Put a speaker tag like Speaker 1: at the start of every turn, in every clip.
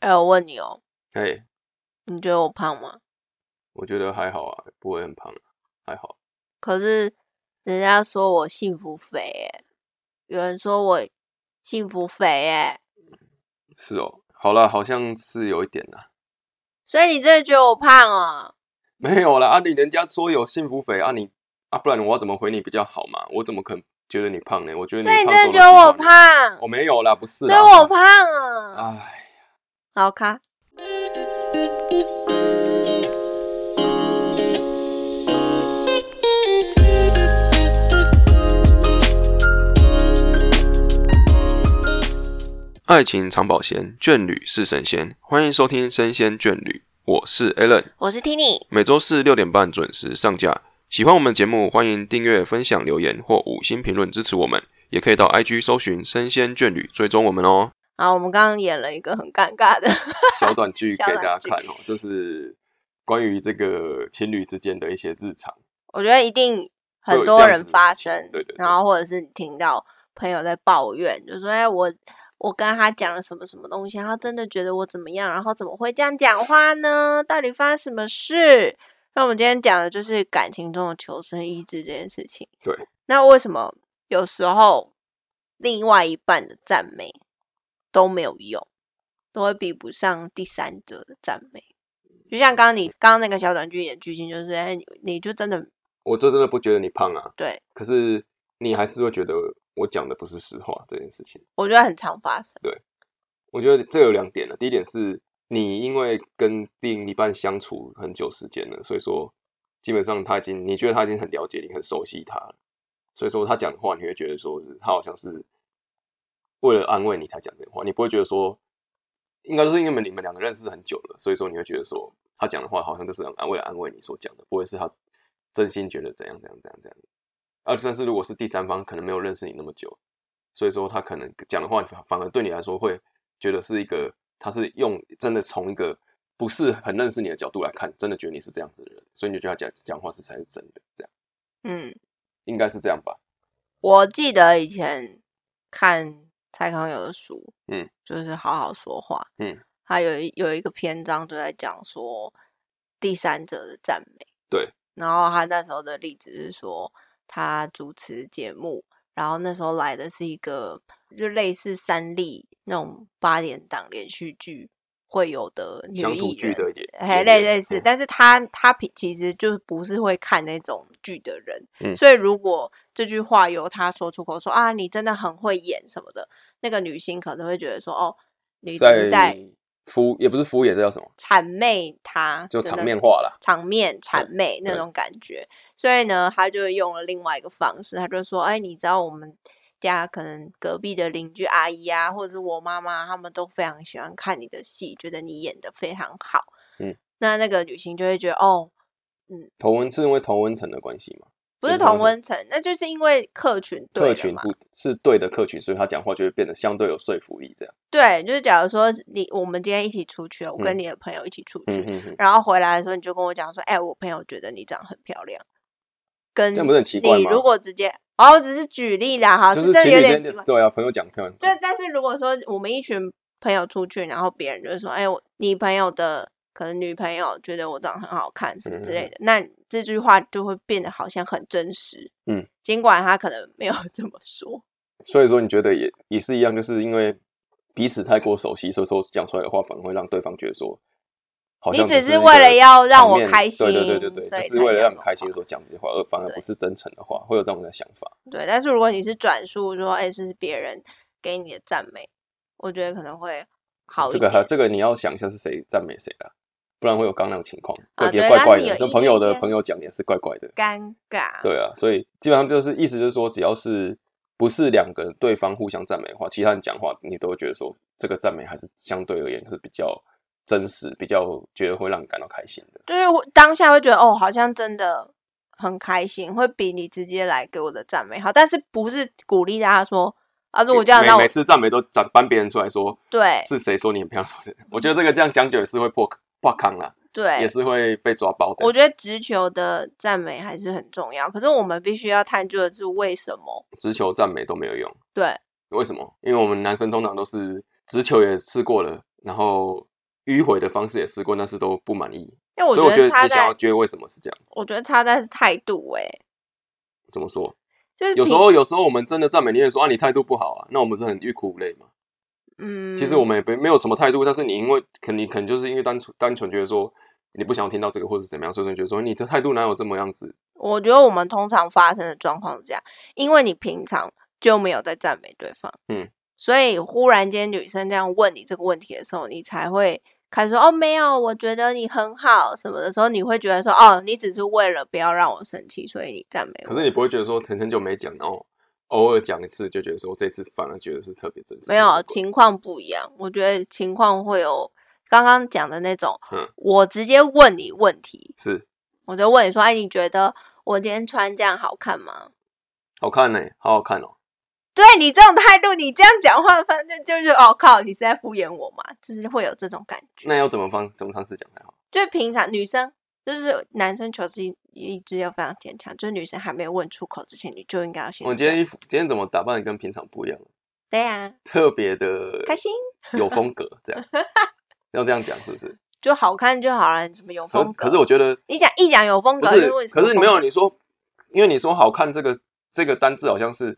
Speaker 1: 哎、我问你哦，
Speaker 2: 哎、
Speaker 1: 你觉得我胖吗？
Speaker 2: 我觉得还好啊，不会很胖、啊，还好。
Speaker 1: 可是人家说我幸福肥、欸，有人说我幸福肥、欸，
Speaker 2: 是哦，好了，好像是有一点啦，
Speaker 1: 所以你真的觉得我胖哦？
Speaker 2: 没有啦，啊，你人家说有幸福肥啊你，啊，不然我要怎么回你比较好嘛？我怎么可能觉得你胖呢？我觉得你
Speaker 1: 所以你
Speaker 2: 胖
Speaker 1: 真的
Speaker 2: 瘦都
Speaker 1: 觉得
Speaker 2: 喜
Speaker 1: 我
Speaker 2: 欢你？
Speaker 1: 胖
Speaker 2: 我、，没有啦，不哦是啊
Speaker 1: 所以
Speaker 2: 啦。
Speaker 1: 我胖啊！
Speaker 2: 哎，
Speaker 1: 好看，
Speaker 2: 爱情长保鲜，眷侣是神仙。欢迎收听《生鲜眷侣》，我是 Alan。
Speaker 1: 我是 Tini，
Speaker 2: 每周四六点半准时上架。喜欢我们节目，欢迎订阅、分享、留言或五星评论支持我们，也可以到 IG 搜寻“生鲜眷侣”追踪我们哦。
Speaker 1: 好，我们刚刚演了一个很尴尬的，
Speaker 2: 小短剧给
Speaker 1: 小短
Speaker 2: 大家
Speaker 1: 剧
Speaker 2: 看哦，就是关于这个情侣之间的一些日常。
Speaker 1: 我觉得一定很
Speaker 2: 会有这
Speaker 1: 多
Speaker 2: 样
Speaker 1: 人
Speaker 2: 子的
Speaker 1: 发
Speaker 2: 事情
Speaker 1: 生，
Speaker 2: 对对对
Speaker 1: 然后或者是你听到朋友在抱怨，就说：“哎，我我跟他讲了什么什么东西，他真的觉得我怎么样，然后怎么会这样讲话呢？到底发生什么事？”那我们今天讲的就是感情中的求生意志这件事情。
Speaker 2: 对，
Speaker 1: 那为什么有时候另外一半的赞美都没有用，都会比不上第三者的赞美？就像刚刚你刚刚那个小短剧演剧情，就是哎，你你就真的
Speaker 2: 我这真的不觉得你胖啊，
Speaker 1: 对，
Speaker 2: 可是你还是会觉得我讲的不是实话这件事情。
Speaker 1: 我觉得很常发生。
Speaker 2: 我觉得这有两点啊了，第一点是你因为跟另一半相处很久时间了，所以说基本上他已经你觉得他已经很了解你，很熟悉他了，所以说他讲的话你会觉得说是他好像是为了安慰你才讲这个话，你不会觉得说应该就是因为你们两个认识很久了，所以说你会觉得说他讲的话好像就是安为了安慰你所讲的，不会是他真心觉得怎样怎样怎样怎样。啊，但是如果是第三方，可能没有认识你那么久，所以说他可能讲的话反反而对你来说会觉得是一个，他是用真的从一个不是很认识你的角度来看，真的觉得你是这样子的人，所以你就觉得他讲讲话是才是真的，这样
Speaker 1: 嗯，
Speaker 2: 应该是这样吧？
Speaker 1: 我记得以前看蔡康永的书，
Speaker 2: 嗯，
Speaker 1: 就是好好说话，
Speaker 2: 嗯，
Speaker 1: 他有一有一个篇章就在讲说第三者的赞美，
Speaker 2: 对，
Speaker 1: 然后他那时候的例子是说他主持节目，然后那时候来的是一个就类似三立那种八点档连续剧会有的女
Speaker 2: 乡土
Speaker 1: 艺
Speaker 2: 剧
Speaker 1: 人，
Speaker 2: 的也
Speaker 1: 哎，
Speaker 2: 也
Speaker 1: 类
Speaker 2: 也
Speaker 1: 类似，
Speaker 2: 嗯
Speaker 1: 但是他他平其实就不是会看那种剧的人，
Speaker 2: 嗯
Speaker 1: 所以如果这句话由他说出口说啊，你真的很会演什么的，那个女星可能会觉得说哦，你只是在
Speaker 2: 敷也不是敷衍，这叫什么？
Speaker 1: 谄媚他，
Speaker 2: 就场面化啦。
Speaker 1: 场面谄媚那
Speaker 2: 对
Speaker 1: 种感觉。所以呢，他就用了另外一个方式，他就说：“哎，你知道我们家可能隔壁的邻居阿姨啊，或者是我妈妈，他们都非常喜欢看你的戏，觉得你演的非常好。”
Speaker 2: 嗯，
Speaker 1: 那那个女星就会觉得哦，
Speaker 2: 同温是因为同温层的关系嘛？
Speaker 1: 不是
Speaker 2: 跟同
Speaker 1: 同温层，那就是因为客群对
Speaker 2: 客
Speaker 1: 了
Speaker 2: 群
Speaker 1: 嘛
Speaker 2: 不是对的客群，所以他讲话就会变得相对有说服力，这样。
Speaker 1: 对，就是假如说你我们今天一起出去，我跟
Speaker 2: 嗯
Speaker 1: 你的朋友一起出去，
Speaker 2: 嗯哼哼，
Speaker 1: 然后回来的时候你就跟我讲说，哎、我朋友觉得你长得很漂亮，跟
Speaker 2: 这样不是很奇怪
Speaker 1: 你
Speaker 2: 吗
Speaker 1: 如果直接，哦，只是举例啦，哈，
Speaker 2: 就是
Speaker 1: 真的
Speaker 2: 情
Speaker 1: 有
Speaker 2: 侣
Speaker 1: 点奇
Speaker 2: 间
Speaker 1: 怪
Speaker 2: 就。对啊，朋友讲漂亮，
Speaker 1: 就但是如果说我们一群朋友出去，然后别人就是说，哎、我你朋友的可能女朋友觉得我长得很好看
Speaker 2: 嗯
Speaker 1: 什么之类的，那这句话就会变得好像很真实。
Speaker 2: 嗯，
Speaker 1: 尽管他可能没有 这么说。
Speaker 2: 所以说，你觉得也也是一样，就是因为彼此太过熟悉，所以说讲出来的话反而会让对方觉得说，好
Speaker 1: 你
Speaker 2: 像
Speaker 1: 只
Speaker 2: 是
Speaker 1: 是
Speaker 2: 一个
Speaker 1: 为了要让
Speaker 2: 场
Speaker 1: 我
Speaker 2: 面
Speaker 1: 开心
Speaker 2: 对对对对
Speaker 1: 所
Speaker 2: 对，
Speaker 1: 以
Speaker 2: 只
Speaker 1: 才
Speaker 2: 是为了
Speaker 1: 讲
Speaker 2: 让你
Speaker 1: 的
Speaker 2: 开心
Speaker 1: 话
Speaker 2: 所讲这些话，而反而
Speaker 1: 对
Speaker 2: 不是真诚的话，会有这种的想法。
Speaker 1: 对，但是如果你是转述说，哎、这是别人给你的赞美，我觉得可能会好一
Speaker 2: 这
Speaker 1: 点。
Speaker 2: 个还这个你要想一下是谁赞美谁啦，不然会有刚刚那种情况，
Speaker 1: 啊
Speaker 2: 别
Speaker 1: 对
Speaker 2: 怪
Speaker 1: 但
Speaker 2: 怪
Speaker 1: 是
Speaker 2: 的，
Speaker 1: 有
Speaker 2: 就
Speaker 1: 一
Speaker 2: 朋友
Speaker 1: 点
Speaker 2: 的
Speaker 1: 点
Speaker 2: 朋友讲也是怪怪的。
Speaker 1: 尴尬，
Speaker 2: 对啊，所以基本上就是意思就是说，只要是不是两个对方互相赞美的话，其他人讲话你都会觉得说这个赞美还是相对而言是比较真实，比较觉得会让你感到开心的。
Speaker 1: 就是会当下会觉得哦，好像真的很开心，会比你直接来给我的赞美好，但是不是鼓励大家说啊，如果这样，
Speaker 2: 每
Speaker 1: 那我
Speaker 2: 每次赞美都赞搬别人出来说
Speaker 1: 对
Speaker 2: 是谁说你很漂亮，说谁，我觉得这个这样讲久也是会破破康啦，也
Speaker 1: 嗯对，
Speaker 2: 是会被抓包的
Speaker 1: 我。觉得直球的赞美还是很重要，可是我们必须要探究的是为什么，
Speaker 2: 直球赞美都没有用，
Speaker 1: 对
Speaker 2: 为什么？因为我们男生通常都是直球也试过了，然后迂回的方式也试过，但是都不满意。
Speaker 1: 因为我
Speaker 2: 所以我
Speaker 1: 觉
Speaker 2: 觉
Speaker 1: 得
Speaker 2: 得
Speaker 1: 差
Speaker 2: 也想
Speaker 1: 在
Speaker 2: 要，觉得为什么是这样子？
Speaker 1: 我觉得差在是态度、欸，哎，
Speaker 2: 怎么说？
Speaker 1: 就是
Speaker 2: 有时
Speaker 1: 平，
Speaker 2: 候有时候我们真的赞美别人说啊，你态度不好啊，那我们是很欲哭无泪嘛。
Speaker 1: 嗯，
Speaker 2: 其实我们也没没有什么态度，但是你因为肯定可能就是因为单纯单纯觉得说你不想要听到这个或是怎么样，所以说你觉得说你的态度哪有这么样子？
Speaker 1: 我觉得我们通常发生的状况是这样，因为你平常就没有在赞美对方，
Speaker 2: 嗯，
Speaker 1: 所以忽然间女生这样问你这个问题的时候，你才会开始说哦，没有，我觉得你很好什么的时候，你会觉得说哦，你只是为了不要让我生气，所以你赞美我。
Speaker 2: 可是你不会觉得说很很久没讲，然后偶尔讲一次就觉得说这次反而觉得是特别真实。
Speaker 1: 没有情况不一样，我觉得情况会有刚刚讲的那种，
Speaker 2: 嗯
Speaker 1: 我直接问你问题，
Speaker 2: 是
Speaker 1: 我就问你说，哎，你觉得我今天穿这样好看吗？
Speaker 2: 好看呢、好好看哦、
Speaker 1: 对你这种态度，你这样讲话，反正就是哦靠，你是在敷衍我嘛，就是会有这种感觉。
Speaker 2: 那要怎么方怎么方式讲 才好？
Speaker 1: 就平常女生就是男生求知意志要非常坚强，就是女生还没有问出口之前，你就应该要先
Speaker 2: 我今
Speaker 1: 讲。
Speaker 2: 天衣服今天怎么打扮得跟平常不一样？
Speaker 1: 对啊，
Speaker 2: 特别的
Speaker 1: 开心
Speaker 2: 有风格，这样要这样讲是不是？
Speaker 1: 就好看就好了，你怎么有
Speaker 2: 可
Speaker 1: 风格？
Speaker 2: 可是我觉得
Speaker 1: 你讲一讲有风
Speaker 2: 不
Speaker 1: 格，
Speaker 2: 是
Speaker 1: 就问，什
Speaker 2: 可
Speaker 1: 么
Speaker 2: 是没有
Speaker 1: 风格
Speaker 2: 你说，因为你说好看这个这个单字好像是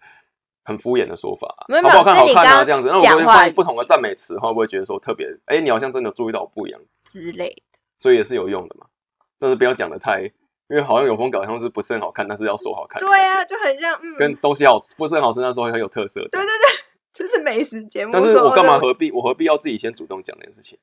Speaker 2: 很敷衍的说法啊，
Speaker 1: 没有
Speaker 2: 好不好看
Speaker 1: 没有
Speaker 2: 好
Speaker 1: 是你
Speaker 2: 看啊
Speaker 1: 刚
Speaker 2: 这样子，那我
Speaker 1: 讲
Speaker 2: 会
Speaker 1: 话
Speaker 2: 换
Speaker 1: 的
Speaker 2: 不同的
Speaker 1: 语气
Speaker 2: 赞美词，会不会觉得说特别？哎，你好像真的注意到我不一样，
Speaker 1: 之类的。
Speaker 2: 所以也是有用的嘛。但是不要讲的太，因为好像有风格，好像是不是很好看，但是要说好看。
Speaker 1: 对啊，，就很像嗯，
Speaker 2: 跟东西好吃不是很好吃，那时候很有特色。对对。
Speaker 1: 就是美食节目。
Speaker 2: 但是我干嘛？何必我何必要自己先主动讲这件事情？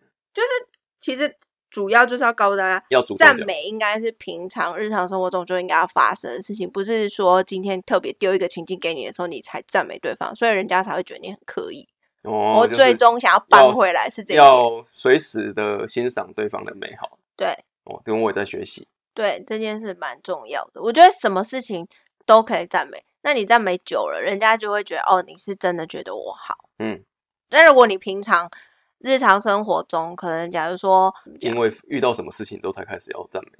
Speaker 1: 其实主要就是要告诉大家，
Speaker 2: 要主动
Speaker 1: 赞
Speaker 2: 讲。
Speaker 1: 美应该是平常日常生活中就应该要发生的事情，不是说今天特别丢一个情境给你的时候，你才赞美对方，所以人家才会觉得你很刻意。
Speaker 2: 哦，
Speaker 1: 我
Speaker 2: 就
Speaker 1: 最
Speaker 2: 是
Speaker 1: 终想要扳回来是这一点，
Speaker 2: 要随时的欣赏对方的美好。
Speaker 1: 对
Speaker 2: 哦，因为我也在学习。
Speaker 1: 对，这件事蛮重要的。我觉得什么事情都可以赞美，那你赞美久了，人家就会觉得哦，你是真的觉得我好。
Speaker 2: 嗯，
Speaker 1: 但如果你平常日常生活中，可能假如说
Speaker 2: 因为遇到什么事情都才开始要赞美，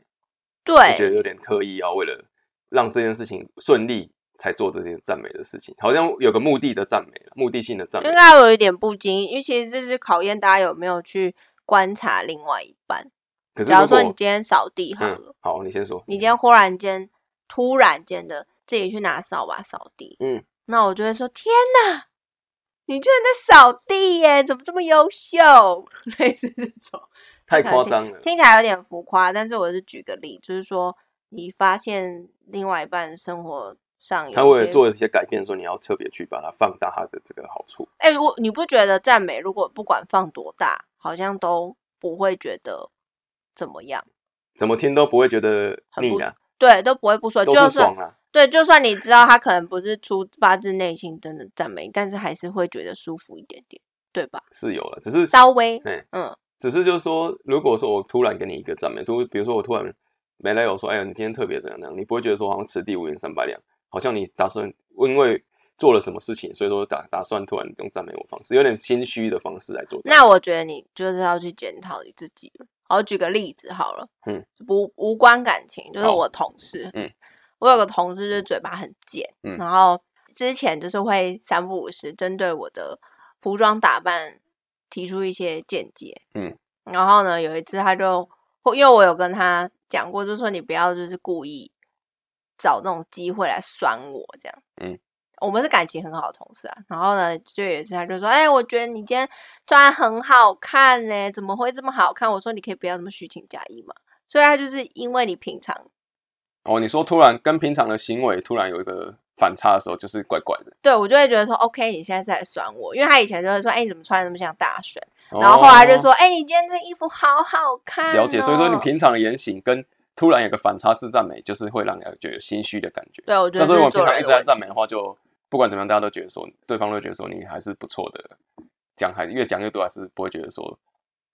Speaker 2: 就觉
Speaker 1: 对
Speaker 2: 得有点刻意要为了让这件事情顺利才做这件赞美的事情，好像有个目的的赞美，目的性的赞美
Speaker 1: 应。该有一点不经意，因为其实这是考验大家有没有去观察另外一半。
Speaker 2: 可是
Speaker 1: 假
Speaker 2: 如
Speaker 1: 如
Speaker 2: 果
Speaker 1: 说你今天扫地好了，
Speaker 2: 嗯，好，你先说。
Speaker 1: 你今天忽然间、突然间的自己去拿扫把扫地，
Speaker 2: 嗯，
Speaker 1: 那我就会说：天哪，你居然在扫地耶！怎么这么优秀？ 类似这种，
Speaker 2: 太夸张了。
Speaker 1: 听起来有点浮夸，但是我是举个例，就是说你发现另外一半生活上有
Speaker 2: 他
Speaker 1: 一
Speaker 2: 为了
Speaker 1: 些
Speaker 2: 做一些改变的时候，你要特别去把它放大它的这个好处。
Speaker 1: 哎、我你不觉得赞美如果不管放多大，好像都不会觉得怎么样？
Speaker 2: 怎么听都不会觉得
Speaker 1: 很不
Speaker 2: 腻啊，
Speaker 1: 对，都不会不说，
Speaker 2: 都
Speaker 1: 就是算
Speaker 2: 爽啊。
Speaker 1: 对，就算你知道他可能不是出发自内心真的赞美，但是还是会觉得舒服一点点，对吧？
Speaker 2: 是有了，只是
Speaker 1: 稍微，
Speaker 2: 对，
Speaker 1: 嗯，
Speaker 2: 只是就是说，如果说我突然给你一个赞美，突比如说我突然没来由说，哎呀，你今天特别怎样怎样，你不会觉得说好像此地无银三百两，好像你打算因为做了什么事情，所以说打打算突然用赞美我方式，有点心虚的方式来做赞美。
Speaker 1: 那我觉得你就是要去检讨你自己了。好，举个例子好了，
Speaker 2: 嗯，
Speaker 1: 不无关感情，就是
Speaker 2: 好
Speaker 1: 我同事，
Speaker 2: 嗯，
Speaker 1: 我有个同事就是嘴巴很贱，
Speaker 2: 嗯
Speaker 1: 然后之前就是会三不五时针对我的服装打扮提出一些见解，
Speaker 2: 嗯，
Speaker 1: 然后呢，有一次他就因为我有跟他讲过，就是说你不要就是故意找那种机会来酸我这样，
Speaker 2: 嗯。
Speaker 1: 我们是感情很好的同事啊，然后呢，就有一次他就说：“哎、我觉得你今天穿很好看呢、怎么会这么好看？”我说：“你可以不要这么虚情假意嘛。”所以他就是因为你平常
Speaker 2: 哦，你说突然跟平常的行为突然有一个反差的时候，就是怪怪的。
Speaker 1: 对我就会觉得说，OK，你现在是在酸我，因为他以前就会说，哎、你怎么穿的那么像大神？然后后来就说，哎、你今天这衣服好好看、
Speaker 2: 哦
Speaker 1: 哦
Speaker 2: 了解，所以说你，平常的言行跟突然有个反差式赞美，就是会让人觉得有心虚的感觉。
Speaker 1: 对我觉得
Speaker 2: 那所以
Speaker 1: 这
Speaker 2: 我
Speaker 1: 是做
Speaker 2: 们平常一
Speaker 1: 人
Speaker 2: 直
Speaker 1: 的
Speaker 2: 在
Speaker 1: 问
Speaker 2: 赞
Speaker 1: 题
Speaker 2: 美的话，就不管怎么样，大家都觉得说，对方都觉得说你还是不错的，讲还越讲越多，还是不会觉得说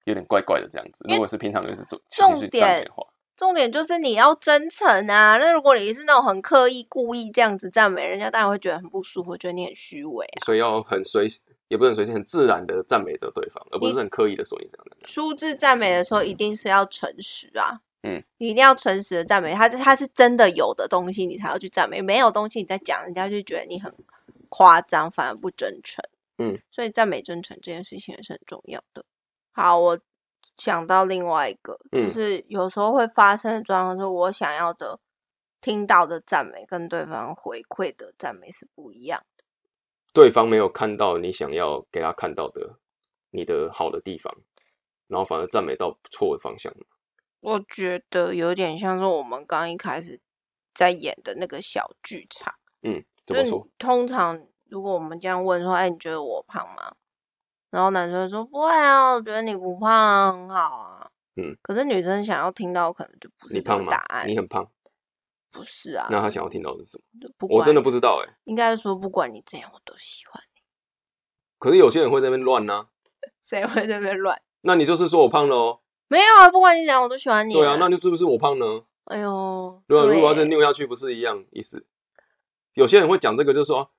Speaker 2: 有点怪怪的这样子。
Speaker 1: 因为
Speaker 2: 如果是平常就是做
Speaker 1: 重
Speaker 2: 情绪赞美
Speaker 1: 点
Speaker 2: 的话，
Speaker 1: 重点就是你要真诚啊。那如果你是那种很刻意、故意这样子赞美人家，当然会觉得很不舒服，觉得你很虚伪啊。
Speaker 2: 所以要很随，也不是很随性，很自然的赞美的对方，而不是很刻意的说你这样的。
Speaker 1: 出自赞美的时候，一定是要诚实啊。
Speaker 2: 嗯，
Speaker 1: 你一定要诚实的赞美，他是他是真的有的东西，你才要去赞美；没有东西你再讲，人家就觉得你很夸张，反而不真诚。
Speaker 2: 嗯，
Speaker 1: 所以赞美真诚这件事情也是很重要的。好，我想到另外一个，
Speaker 2: 嗯
Speaker 1: 就是有时候会发生的状况是我想要的、听到的赞美跟对方回馈的赞美是不一样。
Speaker 2: 对方没有看到你想要给他看到的你的好的地方，然后反而赞美到错的方向。
Speaker 1: 我觉得有点像是我们刚一开始在演的那个小剧场。
Speaker 2: 嗯，怎
Speaker 1: 就
Speaker 2: 么
Speaker 1: 是
Speaker 2: 说？
Speaker 1: 通常如果我们这样问说：“哎，你觉得我胖吗？”然后男生会说：“不会啊，我觉得你不胖，很好啊。”
Speaker 2: 嗯，
Speaker 1: 可是女生想要听到可能就不是
Speaker 2: 你
Speaker 1: 这个
Speaker 2: 胖吗
Speaker 1: 答？案
Speaker 2: 你，很胖。
Speaker 1: 不是啊。
Speaker 2: 那他想要听到的是什么？
Speaker 1: 就不管
Speaker 2: 我真的不知道哎、
Speaker 1: 应该说，不管你怎样，我都喜欢。
Speaker 2: 可是有些人会在那边乱呢、
Speaker 1: 谁会这边乱？
Speaker 2: 那你就是说我胖哦喽？
Speaker 1: 没有啊，不管你怎样，我都喜欢你、
Speaker 2: 对啊，那就是不是我胖呢？
Speaker 1: 哎呦，
Speaker 2: 对啊，如果要是
Speaker 1: 对
Speaker 2: 拗下去，不是一样意思？有些人会讲这个，就是说，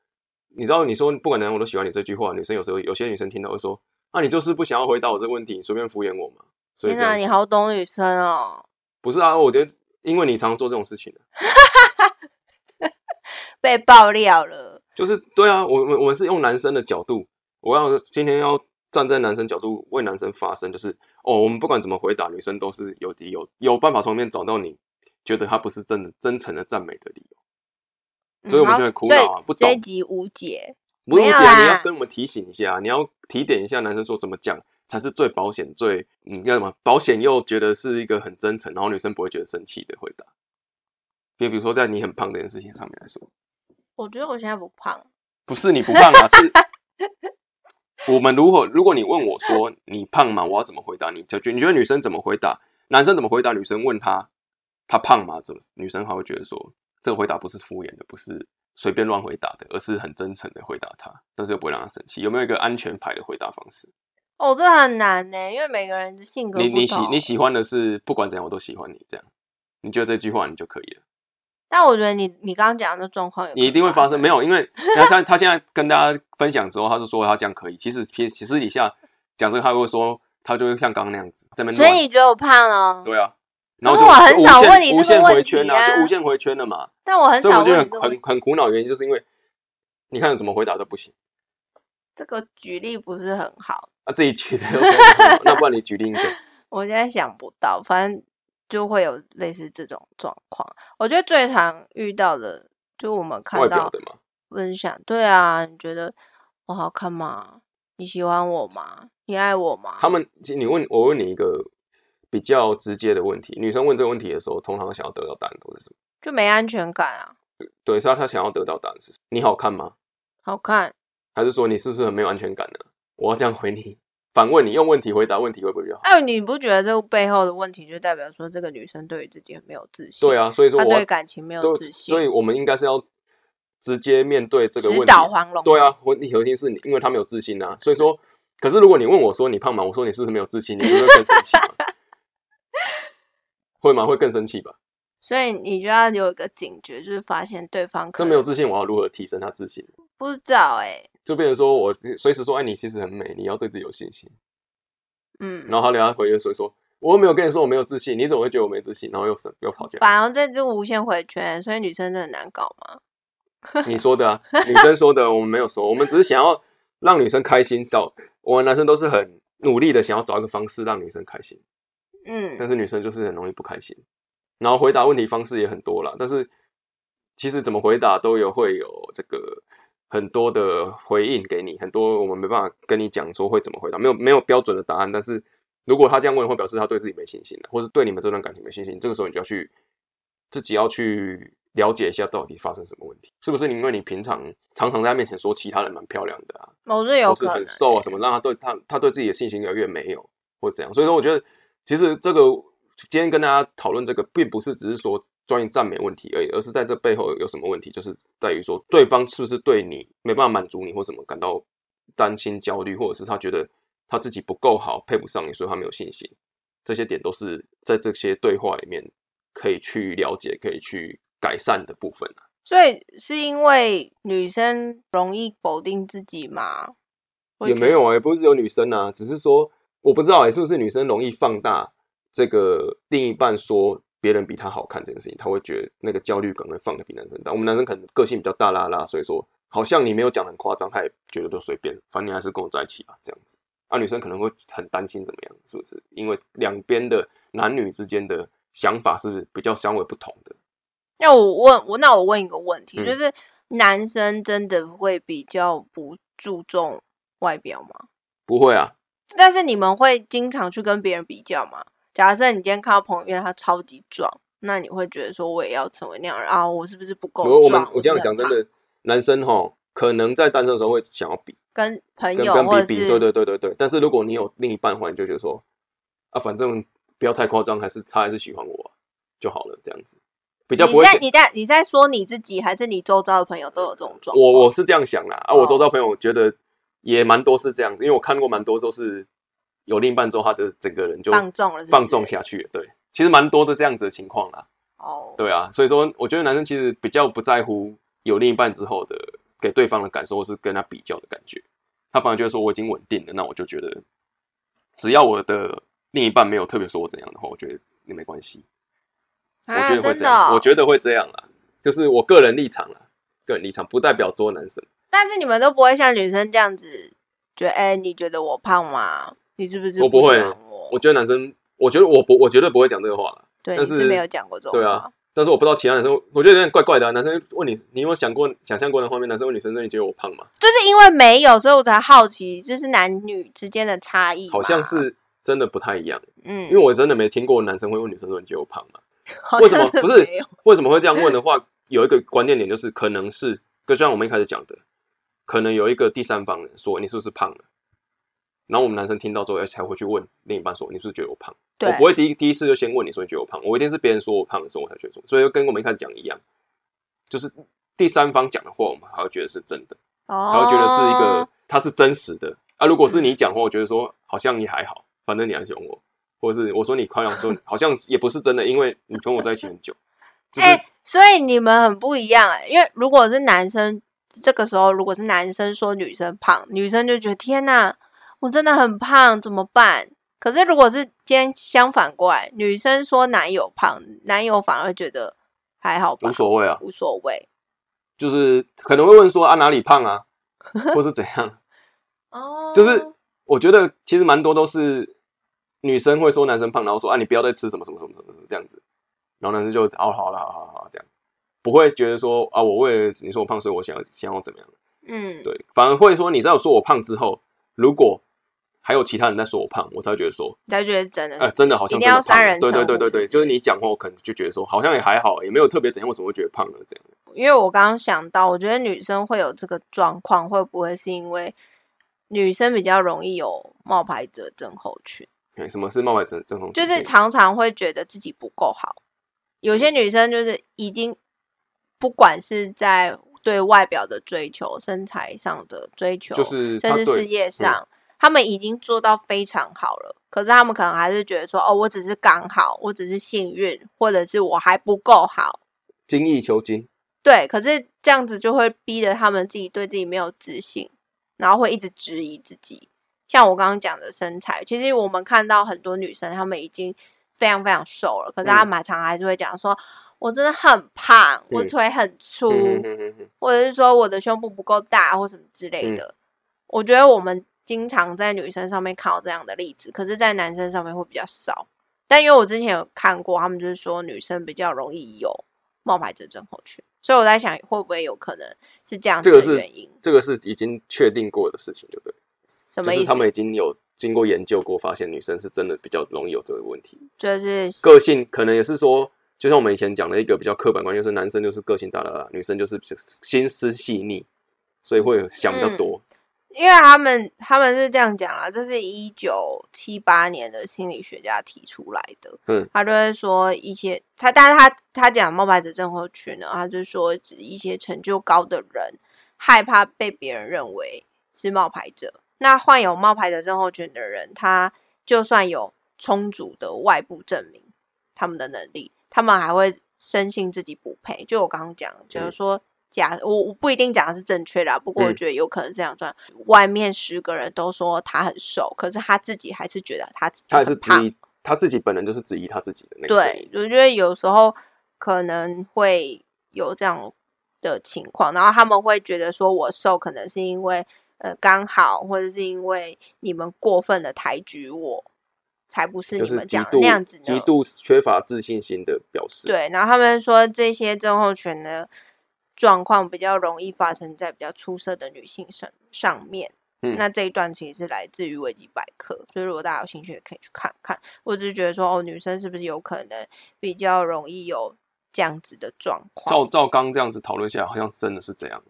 Speaker 2: 你知道，你说不管男人我都喜欢你这句话，女生有时候有些女生听到会说，啊，你就是不想要回答我这个问题，你随便敷衍我嘛。所以
Speaker 1: 天
Speaker 2: 这
Speaker 1: 哪，
Speaker 2: 样
Speaker 1: 你
Speaker 2: 子
Speaker 1: 好懂女生哦，
Speaker 2: 不是啊，我觉得因为你常做这种事情，啊
Speaker 1: 被爆料了。
Speaker 2: 就是对啊，我们我们是用男生的角度，我要今天要站在男生角度为男生发声，就是哦，我们不管怎么回答，女生都是有理有有办法从里面找到你觉得他不是真的真诚的赞美的理由。
Speaker 1: 嗯
Speaker 2: 所以我们
Speaker 1: 好
Speaker 2: 觉得苦
Speaker 1: 所以
Speaker 2: 恼啊不
Speaker 1: 这一
Speaker 2: 懂
Speaker 1: 集无解，
Speaker 2: 不是
Speaker 1: 没有
Speaker 2: 吴姐，
Speaker 1: 啦
Speaker 2: 你要跟我们提醒一下，啊你要提点一下男生说怎么讲才是最保险、最嗯要什么保险又觉得是一个很真诚，然后女生不会觉得生气的回答。比比如说在你很胖这件事情上面来说，
Speaker 1: 我觉得我现在不胖，
Speaker 2: 不是你不胖啊，是我们如何？如果你问我说你胖吗？我要怎么回答你？就觉你觉得女生怎么回答？男生怎么回答？女生问他他胖吗？怎么女生还会觉得说这个回答不是敷衍的，不是随便乱回答的，而是很真诚的回答他，但是又不会让他生气。有没有一个安全牌的回答方式？
Speaker 1: 哦，这很难呢，因为每个人的性格
Speaker 2: 你
Speaker 1: 不
Speaker 2: 你喜
Speaker 1: 同。
Speaker 2: 你喜欢的是不管怎样我都喜欢你这样，你觉得这句话你就可以了。
Speaker 1: 但我觉得你你刚刚讲的状 况有，
Speaker 2: 你一定会发
Speaker 1: 发
Speaker 2: 生。没有，因为他他他现在跟大家分享之后，他就说他这样可以。其实其实私底下讲这个，他会说他就会像刚刚那样子在那边
Speaker 1: 所以
Speaker 2: 乱。
Speaker 1: 你觉得我胖了？哦
Speaker 2: 对啊，
Speaker 1: 可
Speaker 2: 然
Speaker 1: 是
Speaker 2: 后就
Speaker 1: 我很
Speaker 2: 就无
Speaker 1: 少
Speaker 2: 限
Speaker 1: 问你这
Speaker 2: 无
Speaker 1: 个
Speaker 2: 限
Speaker 1: 问
Speaker 2: 回圈
Speaker 1: 题
Speaker 2: 啊，
Speaker 1: 啊
Speaker 2: 就无限回圈了嘛。
Speaker 1: 但我很
Speaker 2: 所以
Speaker 1: 少
Speaker 2: 我觉得
Speaker 1: 问你
Speaker 2: 很
Speaker 1: 这个问
Speaker 2: 很很苦恼，的原因就是因为你看怎么回答都不行，
Speaker 1: 这个举例不是很好，
Speaker 2: 啊自己觉得 OK，那 不然你举 例一个，
Speaker 1: 我现在想不到，反正就会有类似这种状况。我觉得最常遇到的，就我们
Speaker 2: 外
Speaker 1: 看
Speaker 2: 表
Speaker 1: 到
Speaker 2: 的嘛，
Speaker 1: 分享，对啊，你觉得我好看吗？你喜欢我吗？你爱我吗？
Speaker 2: 他们其实你问我问你一个比较直接的问题，女生问这个问题的时候，通常想要得到答案都是什么？
Speaker 1: 就没安全感啊，
Speaker 2: 对，是他他想要得到答案是什么你好看吗？
Speaker 1: 好看，
Speaker 2: 还是说你是不是很没有安全感呢？我要这样回你，反问你，用问题回答问题会不会比较好？
Speaker 1: 哎，你不觉得这背后的问题就代表说这个女生对于自己很没有自信？
Speaker 2: 对，啊，所以说
Speaker 1: 她
Speaker 2: 我
Speaker 1: 对感情没有
Speaker 2: 都
Speaker 1: 自信
Speaker 2: 所，以我们应该是要直接面对这个问
Speaker 1: 指
Speaker 2: 题。
Speaker 1: 导黄龙。
Speaker 2: 对啊，问题核心是你，因为他没有自信啊，所以说，可是如果你问我说你胖吗？我说你是不是没有自信？你不是会更生气吗？ 会吗？会更生气吧？
Speaker 1: 所以你就要有一个警觉，就是发现对方可
Speaker 2: 这
Speaker 1: 能
Speaker 2: 没有自信，我要如何提升他自信？
Speaker 1: 不知道哎、
Speaker 2: 就变成说我随时说，哎，你其实很美，你要对自己有信心。
Speaker 1: 嗯，
Speaker 2: 然后他聊他回约，所以说我又没有跟你说我没有自信，你怎么会觉得我没自信？然后又生又跑起来。
Speaker 1: 反而这就无限回圈，欸所以女生真的很难搞嘛。
Speaker 2: 你说的啊，女生说的，我们没有说，我们只是想要让女生开心。找我们男生都是很努力的，想要找一个方式让女生开心，
Speaker 1: 嗯，
Speaker 2: 但是女生就是很容易不开心。然后回答问题方式也很多啦，但是其实怎么回答都有会有这个很多的回应给你，很多我们没办法跟你讲说会怎么回答，没有没有标准的答案。但是如果他这样问，会表示他对自己没信心了，或是对你们这段感情没信心。这个时候你就要去自己要去了解一下到底发生什么问题，是不是因为你平常常常在他面前说其他人蛮漂亮的啊，
Speaker 1: 我觉得有
Speaker 2: 或是
Speaker 1: 可能欸
Speaker 2: 很瘦啊什么，让他对他他对自己的信心越来越没有，或者怎样。所以说，我觉得其实这个今天跟大家讨论这个，并不是只是说关于赞美问题而已，而是在这背后有什么问题，就是在于说对方是不是对你没办法满足你或什么感到担心、焦虑，或者是他觉得他自己不够好，配不上你，所以他没有信心。这些点都是在这些对话里面可以去了解、可以去改善的部分啊。
Speaker 1: 所以是因为女生容易否定自己嘛？我
Speaker 2: 也
Speaker 1: 觉
Speaker 2: 没
Speaker 1: 得，
Speaker 2: 有啊，也不是只有女生啊，只是说我不知道哎、是不是女生容易放大这个另一半说别人比她好看这件事情，她会觉得那个焦虑感会放的比男生大。我们男生可能个性比较大啦啦，所以说好像你没有讲得很夸张，他也觉得都随便，反正你还是跟我在一起吧，这样子。那、女生可能会很担心怎么样，是不是？因为两边的男女之间的想法是比较相为不同的。
Speaker 1: 那我问我，那我问一个问题，
Speaker 2: 嗯
Speaker 1: 就是男生真的会比较不注重外表吗？
Speaker 2: 不会啊，
Speaker 1: 但是你们会经常去跟别人比较吗？假设你今天看到朋友，因为他超级壮，那你会觉得说我也要成为那样，然后我是不是不够
Speaker 2: 我我们
Speaker 1: 壮？啊
Speaker 2: 我这样讲真
Speaker 1: 是不是很胖，
Speaker 2: 的，男生哈，可能在单身的时候会想要比，
Speaker 1: 跟朋
Speaker 2: 跟
Speaker 1: 友
Speaker 2: 跟
Speaker 1: 或者
Speaker 2: 比比，对
Speaker 1: 是
Speaker 2: 对对对对。但是如果你有另一半的话，你就觉得说，啊，反正不要太夸张，还是他还是喜欢我、啊就好了，这样子比较不
Speaker 1: 你
Speaker 2: 会
Speaker 1: 在
Speaker 2: 显。
Speaker 1: 你在你在说你自己，还是你周遭的朋友都有这种状况？
Speaker 2: 我我是这样想啦，啊，我
Speaker 1: 哦
Speaker 2: 周遭朋友觉得也蛮多是这样子，因为我看过蛮多都是有另一半之后，他的整个人就
Speaker 1: 放纵了是不是
Speaker 2: 放纵下去了，对，其实蛮多的这样子的情况啦，
Speaker 1: 哦，
Speaker 2: 对啊，所以说我觉得男生其实比较不在乎有另一半之后的给对方的感受，或是跟他比较的感觉，他反而觉得说我已经稳定了，那我就觉得只要我的另一半没有特别说我怎样的话，我觉得也没关系，我
Speaker 1: 啊
Speaker 2: 觉得会
Speaker 1: 真
Speaker 2: 这
Speaker 1: 的
Speaker 2: 样，
Speaker 1: 哦，
Speaker 2: 我觉得会这样啦，就是我个人立场啦，个人立场不代表做男生。
Speaker 1: 但是你们都不会像女生这样子，觉得哎、你觉得我胖吗？你是不是
Speaker 2: 我不
Speaker 1: 不
Speaker 2: 会
Speaker 1: 喜欢我？
Speaker 2: 我觉得男生，我觉得我不，我绝对不会讲这个话啦
Speaker 1: 对，
Speaker 2: 但
Speaker 1: 你
Speaker 2: 是
Speaker 1: 是没有讲过这种
Speaker 2: 对啊
Speaker 1: 话，
Speaker 2: 但是我不知道其他男生，我觉得有点怪怪的、啊。男生问你，你有没有想过、想象过的画面？男生问女生，那你觉得我胖吗？
Speaker 1: 就是因为没有，所以我才好奇，就是男女之间的差异嘛。
Speaker 2: 好像是真的不太一样，
Speaker 1: 嗯，
Speaker 2: 因为我真的没听过男生会问女生说你觉得我胖吗？
Speaker 1: 好
Speaker 2: 为什么
Speaker 1: 像
Speaker 2: 不是
Speaker 1: 没有
Speaker 2: 为什么会这样问的话，有一个关键点就是，可能是就像我们一开始讲的，可能有一个第三方人说你是不是胖了，然后我们男生听到之后才会去问另一半说你是不是觉得我胖。
Speaker 1: 对
Speaker 2: 我不会第一第一次就先问你说你觉得我胖，我一定是别人说我胖的时候我才觉得说，所以就跟我们一开始讲一样，就是第三方讲的话，我们还会觉得是真的，才会觉得是一个
Speaker 1: 哦
Speaker 2: 它是真实的啊。如果是你讲话，我觉得说好像也还好，反正你还喜欢我，或者是我说你夸奖说好像也不是真的，因为你跟我在一起很久，就是、
Speaker 1: 哎、所以你们很不一样哎、因为如果是男生，这个时候如果是男生说女生胖，女生就觉得天哪，我真的很胖，怎么办？可是如果是今天相反过来，女生说男友胖，男友反而觉得还好吧，
Speaker 2: 无所谓啊，
Speaker 1: 无所谓
Speaker 2: 就是可能会问说啊哪里胖啊，或是怎样。
Speaker 1: 哦
Speaker 2: 就是我觉得其实蛮多都是女生会说男生胖，然后说啊你不要再吃什么什么什么什么这样子，然后男生就哦好了好了好了好了这样，不会觉得说啊我为了你说我胖，所以我想要想要怎么样？
Speaker 1: 嗯，
Speaker 2: 对，反而会说你在我说我胖之后，如果还有其他人在说我胖，我才会觉得说，
Speaker 1: 你才觉得真的
Speaker 2: 哎、真的好像
Speaker 1: 一定要
Speaker 2: 真的胖
Speaker 1: 三
Speaker 2: 了
Speaker 1: 人
Speaker 2: 对对
Speaker 1: 成
Speaker 2: 对
Speaker 1: 虎
Speaker 2: 对对，
Speaker 1: 是不是
Speaker 2: 就是你讲话，我可能就觉得说好像也还好，也没有特别怎样，为什么会觉得胖呢？这样
Speaker 1: 因为我刚刚想到，我觉得女生会有这个状况，会不会是因为女生比较容易有冒牌者症候群，
Speaker 2: 哎，什么是冒牌者症候群？
Speaker 1: 就是常常会觉得自己不够好。有些女生就是已经，不管是在对外表的追求、身材上的追求，
Speaker 2: 就是
Speaker 1: 甚
Speaker 2: 他
Speaker 1: 至
Speaker 2: 对嗯
Speaker 1: 事业上，他们已经做到非常好了。可是他们可能还是觉得说，哦，我只是刚好，我只是幸运，或者是我还不够好，
Speaker 2: 精益求精。
Speaker 1: 对，可是这样子就会逼得他们自己对自己没有自信，然后会一直质疑自己。像我刚刚讲的身材，其实我们看到很多女生，她们已经非常非常瘦了，可是她
Speaker 2: 嗯
Speaker 1: 们常还是会讲说：“我真的很胖，我
Speaker 2: 嗯
Speaker 1: 腿很粗，
Speaker 2: 嗯嗯嗯嗯
Speaker 1: 或者是说我的胸部不够大，或什么之类
Speaker 2: 嗯
Speaker 1: 的。我觉得我们经常在女生上面看到这样的例子，可是，在男生上面会比较少。但因为我之前有看过，他们就是说女生比较容易有冒牌者症候群，所以我在想会不会有可能是这样子
Speaker 2: 这个
Speaker 1: 的
Speaker 2: 是
Speaker 1: 原因？
Speaker 2: 这个是已经确定过的事情，对不对？
Speaker 1: 什
Speaker 2: 就
Speaker 1: 么
Speaker 2: 是
Speaker 1: 意思
Speaker 2: 他？们已经有经过研究过，发现女生是真的比较容易有这个问题。
Speaker 1: 就是
Speaker 2: 个性可能也是说，就像我们以前讲的一个比较刻板观念，就是男生就是个性大啦啦，女生就是比较心思细腻，所以会有想比较多。
Speaker 1: 因为他们他们是这样讲啦，这是一九七八年的心理学家提出来的。
Speaker 2: 嗯，
Speaker 1: 他就会说一些他，但是他他讲冒牌者症候群呢，他就说指一些成就高的人害怕被别人认为是冒牌者。那患有冒牌者症候群的人，他就算有充足的外部证明他们的能力，他们还会深信自己不配。就我刚刚讲的，就是说假我我不一定讲的是正确的啊、不过我
Speaker 2: 嗯
Speaker 1: 觉得有可能这样算。外面十个人都说他很瘦，可是他自己还是觉得他自己
Speaker 2: 他也是
Speaker 1: 很
Speaker 2: 质
Speaker 1: 胖。
Speaker 2: 疑他自己本人就是质疑他自己的那个声音
Speaker 1: 对，我觉得有时候可能会有这样的情况，然后他们会觉得说我瘦可能是因为。呃刚好，或者是因为你们过分的抬举我，才不是
Speaker 2: 就
Speaker 1: 你
Speaker 2: 是
Speaker 1: 们
Speaker 2: 极
Speaker 1: 讲
Speaker 2: 度
Speaker 1: 那样子
Speaker 2: 极
Speaker 1: 呢。
Speaker 2: 度缺乏自信心的表示。，
Speaker 1: 对，然后他们说这些症候群的状况比较容易发生在比较出色的女性身上面。
Speaker 2: 嗯
Speaker 1: 那这一段其实是来自于维基百科，所以如果大家有兴趣也可以去看看。我只是觉得说，哦，女生是不是有可能比较容易有这样子的状
Speaker 2: 照
Speaker 1: 况？
Speaker 2: 照刚这样子讨论下来，好像真的是这样。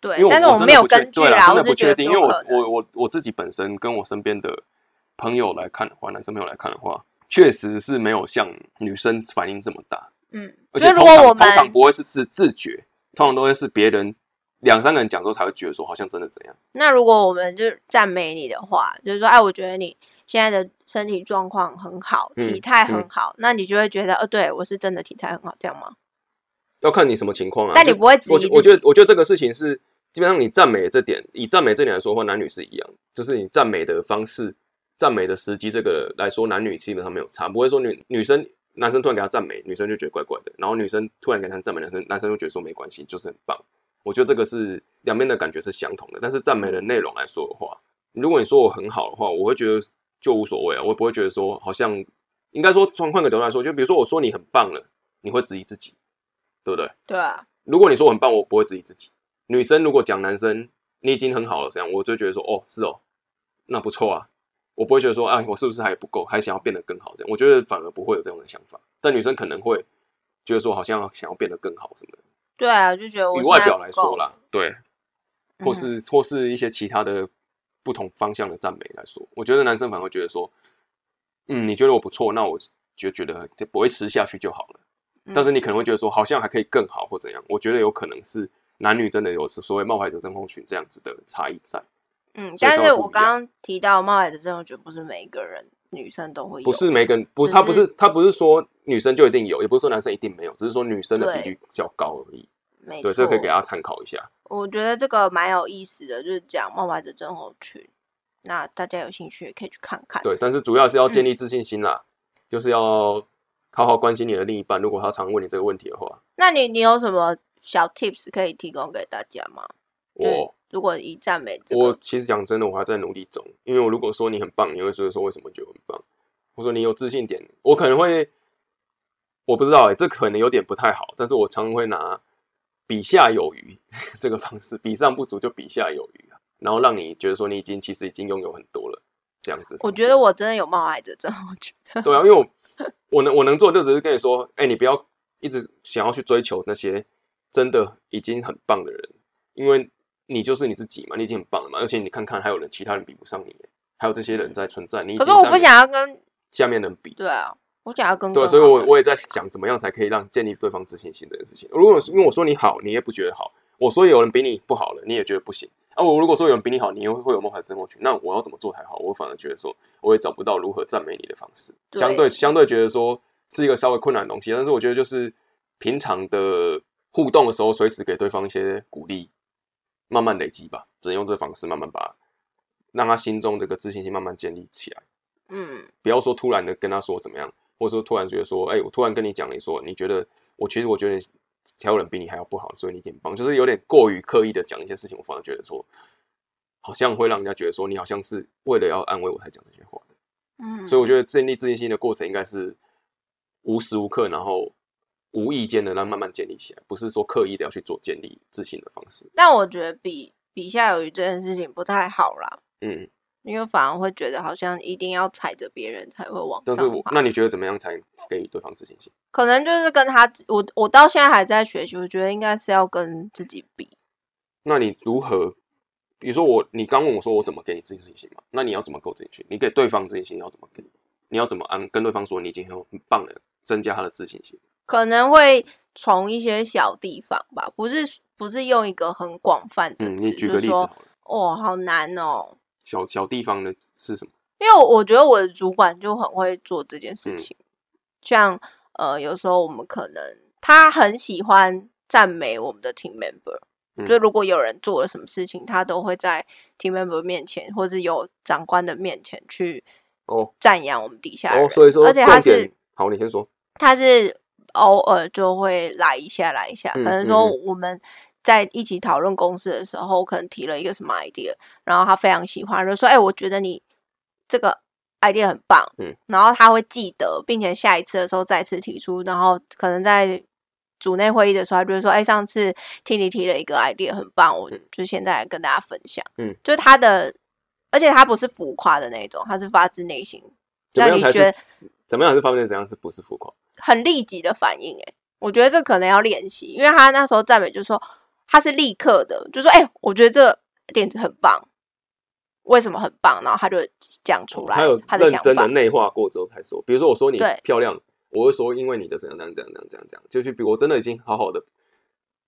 Speaker 1: 对
Speaker 2: 因为，
Speaker 1: 但是
Speaker 2: 我真
Speaker 1: 没
Speaker 2: 的
Speaker 1: 有
Speaker 2: 不确
Speaker 1: 根据
Speaker 2: 对
Speaker 1: 啦，
Speaker 2: 啦，
Speaker 1: 我只
Speaker 2: 真
Speaker 1: 是
Speaker 2: 的不
Speaker 1: 觉
Speaker 2: 确
Speaker 1: 得
Speaker 2: 定，
Speaker 1: 有
Speaker 2: 因为我
Speaker 1: 可能。
Speaker 2: 我我我自己本身跟我身边的朋友来看的话，男生朋友来看的话，确实是没有像女生反应这么大，
Speaker 1: 嗯，
Speaker 2: 而
Speaker 1: 就
Speaker 2: 且
Speaker 1: 是如
Speaker 2: 通常
Speaker 1: 果我们
Speaker 2: 通常不会是自自觉，通常都会是别人两三个人讲之后才会觉得说好像真的怎样。
Speaker 1: 那如果我们就赞美你的话，就是说，哎，我觉得你现在的身体状况很好，
Speaker 2: 嗯
Speaker 1: 体态很
Speaker 2: 嗯
Speaker 1: 好，那你就会觉得，呃，对我是真的体态很好，这样吗？
Speaker 2: 要看你什么情况啊。
Speaker 1: 但你
Speaker 2: 就
Speaker 1: 不会质疑
Speaker 2: 我
Speaker 1: 自
Speaker 2: 觉
Speaker 1: 己
Speaker 2: 我觉得，我觉得这个事情是基本上你赞美这点，以赞美这点来说的话，男女是一样的，就是你赞美的方式、赞美的时机，这个来说，男女基本上没有差，不会说女女生男生突然给他赞美，女生就觉得怪怪的，然后女生突然给他赞美，男生男生就觉得说没关系，就是很棒。我觉得这个是两边的感觉是相同的，但是赞美的内容来说的话，如果你说我很好的话，我会觉得就无所谓啊，我也不会觉得说好像应该说从换个角度来说，就比如说我说你很棒了，你会质疑自己，对不对？
Speaker 1: 对啊，
Speaker 2: 如果你说我很棒，我不会质疑自己。女生如果讲男生你已经很好了，这样我就觉得说哦是哦，那不错啊，我不会觉得说啊我是不是还不够，还想要变得更好这样，我觉得反而不会有这种的想法。但女生可能会觉得说好像想要变得更好什么的，
Speaker 1: 对啊，就觉得我
Speaker 2: 以
Speaker 1: 现
Speaker 2: 外
Speaker 1: 在
Speaker 2: 表
Speaker 1: 不
Speaker 2: 来
Speaker 1: 够嗯
Speaker 2: 说，啦，对，或是、或是一些其他的不同方向的赞美来说，我觉得男生反而会觉得说，嗯，你觉得我不错，那我就觉得这维持下去就好了。
Speaker 1: 嗯
Speaker 2: 但是你可能会觉得说，好像还可以更好或怎样。我觉得有可能是男女真的有所谓冒牌者症候群这样子的差异在，
Speaker 1: 嗯，嗯
Speaker 2: 所以
Speaker 1: 但
Speaker 2: 稍
Speaker 1: 是
Speaker 2: 微不
Speaker 1: 我
Speaker 2: 一
Speaker 1: 刚
Speaker 2: 样
Speaker 1: 刚提到冒牌的症候群，不是每一个人女生都会有，
Speaker 2: 不是每个人，不
Speaker 1: 只
Speaker 2: 是他不是
Speaker 1: 是
Speaker 2: 他不是说女生就一定有，也不是说男生一定没有，只是说女生的比
Speaker 1: 对
Speaker 2: 率较高而已。
Speaker 1: 没
Speaker 2: 对，
Speaker 1: 错，
Speaker 2: 这个可以给大啊家参考一下。
Speaker 1: 我觉得这个蛮有意思的，就是讲冒牌的症候群，那大家有兴趣也可以去看看。
Speaker 2: 对，但是主要是要建立自信心啦，就是要好好关心你的另一半。如果他常问你这个问题的话，
Speaker 1: 那你你有什么小 tips 可以提供给大家吗？对
Speaker 2: 我
Speaker 1: 如果以赞美这
Speaker 2: 我
Speaker 1: 个，
Speaker 2: 其实讲真的，我还在努力中。因为我如果说你很棒，你会觉得说为什么觉得很棒？我说你有自信点，我可能会，我不知道哎、这可能有点不太好，但是我常常会拿比下有余 这个方式，比上不足就比下有余啊，然后让你觉得说你已经其实已经拥有很多了，这样子的方式。
Speaker 1: 我觉得我真的有冒牌者症候群。
Speaker 2: 对啊，因为我我能我能做的就只是跟你说，哎、你不要一直想要去追求那些真的已经很棒的人，因为你就是你自己嘛，你已经很棒了嘛，而且你看看还有人其他人比不上你，还有这些人在存在，你已
Speaker 1: 可是
Speaker 2: 经
Speaker 1: 我
Speaker 2: 在
Speaker 1: 不想要跟，
Speaker 2: 下面人比。
Speaker 1: 对啊，我想要跟
Speaker 2: 对，
Speaker 1: 更
Speaker 2: 所以
Speaker 1: 好
Speaker 2: 我
Speaker 1: 的
Speaker 2: 我也在想，怎么样才可以让建立对方自信心这件事情。如果因为我说你好，你也不觉得好；我说有人比你不好了，你也觉得不行。啊，我如果说有人比你好，你又会有冒牌症候群，那我要怎么做才好？我反而觉得说，我也找不到如何赞美你的方式。
Speaker 1: 对
Speaker 2: 相对相对觉得说是一个稍微困难的东西，但是我觉得就是平常的互动的时候，随时给对方一些鼓励，慢慢累积吧，只能用这方式慢慢把让他心中这个自信心慢慢建立起来。
Speaker 1: 嗯
Speaker 2: 不要说突然的跟他说怎么样，或者说突然觉得说，哎、我突然跟你讲，你说你觉得我其实我觉得还有人比你还要不好，所以你很棒，就是有点过于刻意的讲一些事情，我反而觉得说，好像会让人家觉得说你好像是为了要安慰我才讲这些话的。
Speaker 1: 嗯，
Speaker 2: 所以我觉得建立自信心的过程应该是无时无刻，然后无意间的让慢慢建立起来，不是说刻意的要去做建立自信的方式。
Speaker 1: 但我觉得比比下有余这件事情不太好啦，
Speaker 2: 嗯，
Speaker 1: 因为反而会觉得好像一定要踩着别人才会往
Speaker 2: 但是
Speaker 1: 上
Speaker 2: 我
Speaker 1: 爬。
Speaker 2: 那你觉得怎么样才给予对方自信心？
Speaker 1: 可能就是跟他自，我我到现在还在学习，我觉得应该是要跟自己比。
Speaker 2: 那你如何？比如说我，你刚问我说我怎么给你自信心嘛？那你要怎么给我自信心？你给对方自信心要怎么给？你要怎么安跟对方说你已经很很棒了，增加他的自信心？
Speaker 1: 可能会从一些小地方吧，不是不是用一个很广泛的
Speaker 2: 嗯，
Speaker 1: 词，
Speaker 2: 你举
Speaker 1: 就
Speaker 2: 个
Speaker 1: 是
Speaker 2: 例子好
Speaker 1: 说
Speaker 2: 了，
Speaker 1: 哦好难哦，
Speaker 2: 小小地方的是什么？
Speaker 1: 因为我觉得我的主管就很会做这件事
Speaker 2: 嗯
Speaker 1: 情，像呃有时候我们可能他很喜欢赞美我们的 team member，、
Speaker 2: 嗯
Speaker 1: 就如果有人做了什么事情，他都会在 team member 面前或是有长官的面前去
Speaker 2: 哦
Speaker 1: 赞扬我们底下的人，
Speaker 2: 哦，所以说
Speaker 1: 而且他
Speaker 2: 重
Speaker 1: 是
Speaker 2: 点好，你先说。
Speaker 1: 他是偶尔就会来一下来一下，可
Speaker 2: 嗯
Speaker 1: 能说
Speaker 2: 嗯
Speaker 1: 我们在一起讨论公司的时候，我可能提了一个什么 idea，然后他非常喜欢，就说：“哎、我觉得你这个 idea 很棒。”
Speaker 2: 嗯，
Speaker 1: 然后他会记得，并且下一次的时候再次提出，然后可能在组内会议的时候，他就会说：“哎、上次听你提了一个 idea 很棒，我
Speaker 2: 嗯
Speaker 1: 就现在来跟大家分享。”
Speaker 2: 嗯，
Speaker 1: 就是他的，而且他不是浮夸的那种，他是发自内心，
Speaker 2: 怎
Speaker 1: 那
Speaker 2: 么样
Speaker 1: 你
Speaker 2: 才
Speaker 1: 觉得
Speaker 2: 是怎么样才是发现怎样是不是浮夸？
Speaker 1: 很立即的反应、欸。我觉得这可能要练习，因为他那时候赞美就说他是立刻的，就说哎、欸我觉得这点子很棒，为什么很棒？然后他就讲出来
Speaker 2: 哦他
Speaker 1: 的
Speaker 2: 有认
Speaker 1: 想
Speaker 2: 真的
Speaker 1: 法。
Speaker 2: 内化过之后才说，比如说我说你
Speaker 1: 对
Speaker 2: 漂亮，我会说因为你的怎样怎样怎样怎样怎样怎样，就是比我真的已经好好的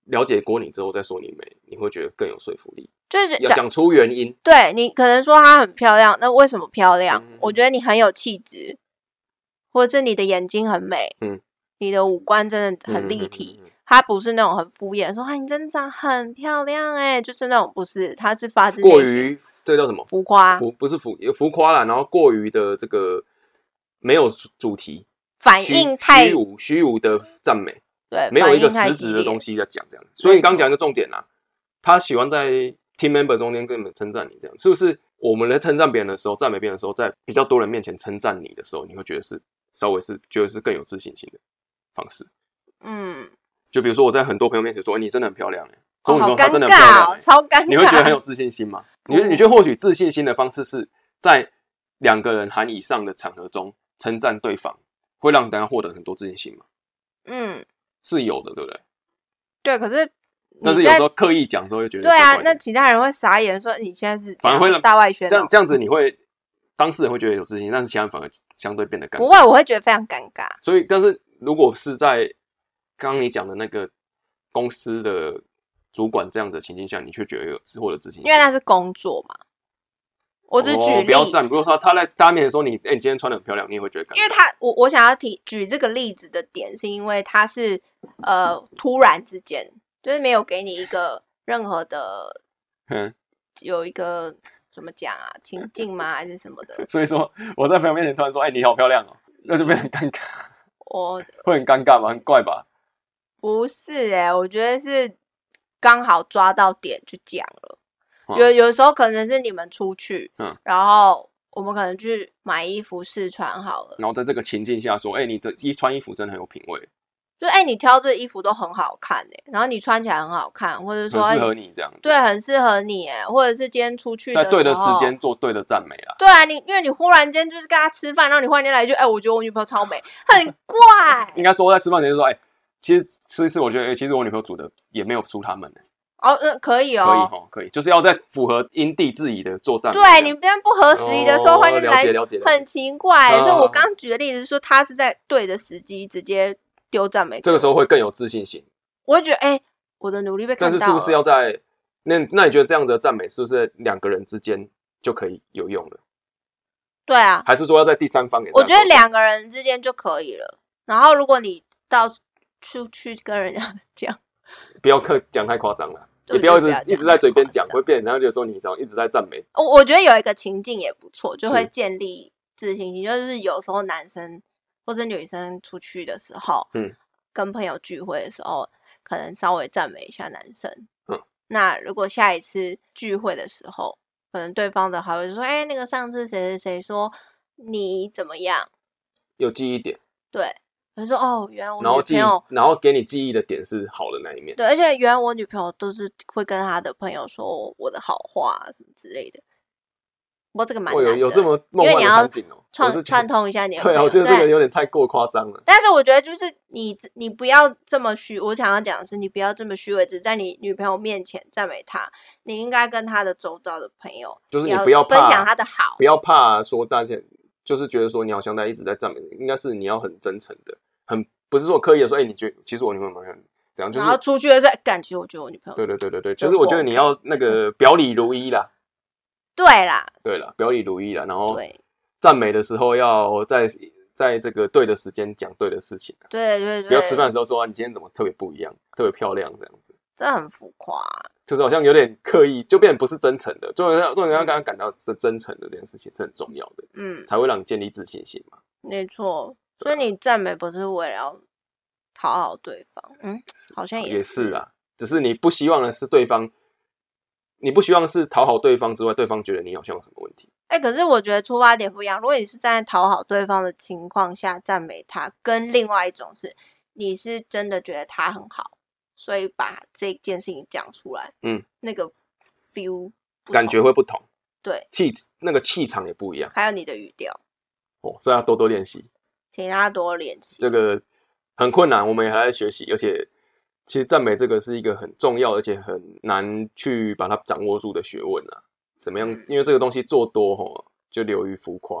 Speaker 2: 了解过你之后再说你美，你会觉得更有说服力。
Speaker 1: 就是
Speaker 2: 要
Speaker 1: 讲
Speaker 2: 讲出原因，
Speaker 1: 对你可能说她很漂亮，那为什么漂亮？
Speaker 2: 嗯
Speaker 1: 我觉得你很有气质，或者是你的眼睛很美，
Speaker 2: 嗯，
Speaker 1: 你的五官真的很立体。她不是那种很敷衍，说哎你真的长很漂亮哎、就是那种不是，她是发自
Speaker 2: 过
Speaker 1: 内心
Speaker 2: 于这叫什么
Speaker 1: 浮夸
Speaker 2: 浮不是浮浮夸啦，然后过于的这个没有主主题，
Speaker 1: 反
Speaker 2: 虚
Speaker 1: 应太
Speaker 2: 虚无虚无的赞美，
Speaker 1: 对，
Speaker 2: 没有一个
Speaker 1: 反应太
Speaker 2: 实
Speaker 1: 激
Speaker 2: 质的
Speaker 1: 烈
Speaker 2: 东西在讲这样。所以你刚讲一个重点啦、他喜欢在 team member 中间跟你们称赞你，这样是不是？我们在称赞别人的时候，赞美别人的时候，在比较多人面前称赞你的时候，你会觉得是稍微是觉得是更有自信心的方式。
Speaker 1: 嗯，
Speaker 2: 就比如说我在很多朋友面前说你真的很漂亮、欸，
Speaker 1: 哦
Speaker 2: 或者
Speaker 1: 好
Speaker 2: 说
Speaker 1: 尴
Speaker 2: 她真的很漂亮、
Speaker 1: 尬
Speaker 2: 欸
Speaker 1: 哦，，超尴尬。
Speaker 2: 你会觉得很有自信心吗？你觉得
Speaker 1: 不
Speaker 2: 你觉得获取自信心的方式是在两个人含以上的场合中称赞对方，会让大家获得很多自信心吗？
Speaker 1: 嗯，
Speaker 2: 是有的，对不对？
Speaker 1: 对。可是
Speaker 2: 但
Speaker 1: 你
Speaker 2: 是有
Speaker 1: 在
Speaker 2: 时候刻意讲的时候，会觉得
Speaker 1: 对啊
Speaker 2: 怪，怪
Speaker 1: 那
Speaker 2: 的
Speaker 1: 其他人会傻眼，说你现在是
Speaker 2: 反而
Speaker 1: 怎
Speaker 2: 会
Speaker 1: 样
Speaker 2: 让
Speaker 1: 大外宣
Speaker 2: 这
Speaker 1: 哦
Speaker 2: 样。这样子你会当事人会觉得有自信，但是其他人反而相对变得尴
Speaker 1: 不
Speaker 2: 尬。
Speaker 1: 会，我会觉得非常尴尬。
Speaker 2: 所以，但是如果是在刚刚你讲的那个公司的主管这样的情境下，你却觉得有获得自信心，
Speaker 1: 因为那是工作嘛。我只是举
Speaker 2: 哦
Speaker 1: 例，
Speaker 2: 不要赞，比如说他在大家面前说你，哎、你今天穿的很漂亮，你也会觉得尴尬
Speaker 1: 因。为他我我想要提举这个例子的点，是因为他是呃突然之间，就是没有给你一个任何的
Speaker 2: 嗯，
Speaker 1: 有一个怎么讲啊情境吗还是什么的，
Speaker 2: 所以说我在朋友面前突然说：“哎、你好漂亮哦！”那就变得很尴尬，
Speaker 1: 我
Speaker 2: 会很尴尬吗？很怪吧？
Speaker 1: 不是哎、我觉得是刚好抓到点去讲了。
Speaker 2: 嗯
Speaker 1: 有有时候可能是你们出去，
Speaker 2: 嗯，
Speaker 1: 然后我们可能去买衣服试穿好了，
Speaker 2: 然后在这个情境下说：“哎、你这衣穿衣服真的很有品味，
Speaker 1: 就哎、你挑这衣服都很好看哎、然后你穿起来很好看，或者说
Speaker 2: 很适
Speaker 1: 哎
Speaker 2: 合你这样。”
Speaker 1: 对，，很适合你哎、或者是今天出去
Speaker 2: 在
Speaker 1: 时候，
Speaker 2: 对的时间做对的赞美啊。
Speaker 1: 对啊，你因为你忽然间就是跟他吃饭，然后你忽然间来一句，哎、我觉得我女朋友超美，很怪
Speaker 2: 应该说在吃饭前就说：“哎、其实吃一次，我觉得、哎，其实我女朋友煮的也没有输他们、
Speaker 1: 哦，嗯，可以
Speaker 2: 可以
Speaker 1: 哦，
Speaker 2: 哈，可以，就是要在符合因地制宜的做赞美。
Speaker 1: 对你这样不合时宜的时候，
Speaker 2: 哦
Speaker 1: 忽然间
Speaker 2: 了
Speaker 1: 来
Speaker 2: 解了解了解
Speaker 1: 很奇怪、
Speaker 2: 嗯
Speaker 1: 所以我
Speaker 2: 嗯
Speaker 1: 刚举的例子是说，他是在对的时机直接丢赞美给我，
Speaker 2: 这个时候会更有自信心。
Speaker 1: 我会觉得，哎、我的努力被看
Speaker 2: 但
Speaker 1: 到
Speaker 2: 是
Speaker 1: 了，
Speaker 2: 是不是要在那？那你觉得这样的赞美是不是两个人之间就可以有用了？
Speaker 1: 对啊，
Speaker 2: 还是说要在第三方给大
Speaker 1: 我
Speaker 2: 家做赞
Speaker 1: 觉
Speaker 2: 美？
Speaker 1: 得两个人之间就可以了。然后如果你到处去跟人家 讲，
Speaker 2: 不要刻讲太夸张了，
Speaker 1: 对
Speaker 2: 你不要一直
Speaker 1: 就不要讲
Speaker 2: 一直在嘴边讲
Speaker 1: 太，夸张
Speaker 2: 会变人家觉得说你这样一直在赞美。
Speaker 1: 我我觉得有一个情境也不错，就会
Speaker 2: 是
Speaker 1: 建立自信心。就是有时候男生或者女生出去的时候，
Speaker 2: 嗯，
Speaker 1: 跟朋友聚会的时候，可能稍微赞美一下男生。
Speaker 2: 嗯，
Speaker 1: 那如果下一次聚会的时候，可能对方的还会说：“哎、那个上次谁谁谁说你怎么样
Speaker 2: 有记忆点，？”
Speaker 1: 对，他说：“哦，原来我
Speaker 2: 然后
Speaker 1: 女
Speaker 2: 记
Speaker 1: 朋友
Speaker 2: 忆，然后给你记忆的点是好的那一面。
Speaker 1: 对，而且原来我女朋友都是会跟她的朋友说我的好话、啊、什么之类的。不过这个蛮
Speaker 2: 哦，
Speaker 1: 难的，
Speaker 2: 有有这么梦
Speaker 1: 因为
Speaker 2: 幻
Speaker 1: 你
Speaker 2: 的
Speaker 1: 要
Speaker 2: 场景哦，我
Speaker 1: 串
Speaker 2: 是
Speaker 1: 串
Speaker 2: 觉得
Speaker 1: 通一下你的朋
Speaker 2: 对啊，
Speaker 1: 友。
Speaker 2: 我觉得这个
Speaker 1: 对
Speaker 2: 有点太过夸张了。
Speaker 1: 但是我觉得就是你你不要这么虚，我想要讲的是你不要这么虚伪，只在你女朋友面前赞美她，你应该跟她的周遭的朋友，
Speaker 2: 就是你
Speaker 1: 也
Speaker 2: 不要
Speaker 1: 分
Speaker 2: 怕
Speaker 1: 享她的好
Speaker 2: 不。要怕说大家就是觉得说你好像在一直在赞美，应该是你要很真诚的，很不是说刻意的说，哎，你觉得其实我女朋友蛮怎样，就
Speaker 1: 然后
Speaker 2: 是
Speaker 1: 出去的时候，哎感觉我觉得我女朋友
Speaker 2: 对对对对对，
Speaker 1: 就
Speaker 2: 就是我觉得
Speaker 1: 不
Speaker 2: 你要那个表里如一啦，
Speaker 1: 对啦，
Speaker 2: 对啦，表里如一啦，然后
Speaker 1: 对
Speaker 2: 赞美的时候要在在这个对的时间讲对的事情。啊
Speaker 1: 对对对，
Speaker 2: 不要吃饭，的时候说、啊、你今天怎么特别不一样，特别漂亮这样子，
Speaker 1: 这很浮夸、
Speaker 2: 就是好像有点刻意，就变得不是真诚的，就人要让人家刚刚感到真真诚的这件事情是很重要的，
Speaker 1: 嗯。
Speaker 2: 才会让你建立自信心嘛。
Speaker 1: 没错，所
Speaker 2: 对啊
Speaker 1: 以你赞美不是为了要讨好对方，嗯，好像
Speaker 2: 也
Speaker 1: 是
Speaker 2: 是啊，只是你不希望的是对方，你不希望是讨好对方之外，对方觉得你好像有什么问题。
Speaker 1: 哎、可是我觉得出发点不一样。如果你是站在讨好对方的情况下赞美他，跟另外一种是你是真的觉得他很好，所以把这件事情讲出来，
Speaker 2: 嗯，
Speaker 1: 那个 feel 不
Speaker 2: 感
Speaker 1: 同
Speaker 2: 觉会不同，
Speaker 1: 对，
Speaker 2: 气那个气场也不一样
Speaker 1: 还有你的语调，
Speaker 2: 哦，所以要多多练习。
Speaker 1: 请大家多练习。
Speaker 2: 这个很困难，我们也还在学习，而且其实赞美这个是一个很重要，而且很难去把它掌握住的学问啊。怎么样
Speaker 1: 嗯？
Speaker 2: 因为这个东西做多吼，就流于浮夸；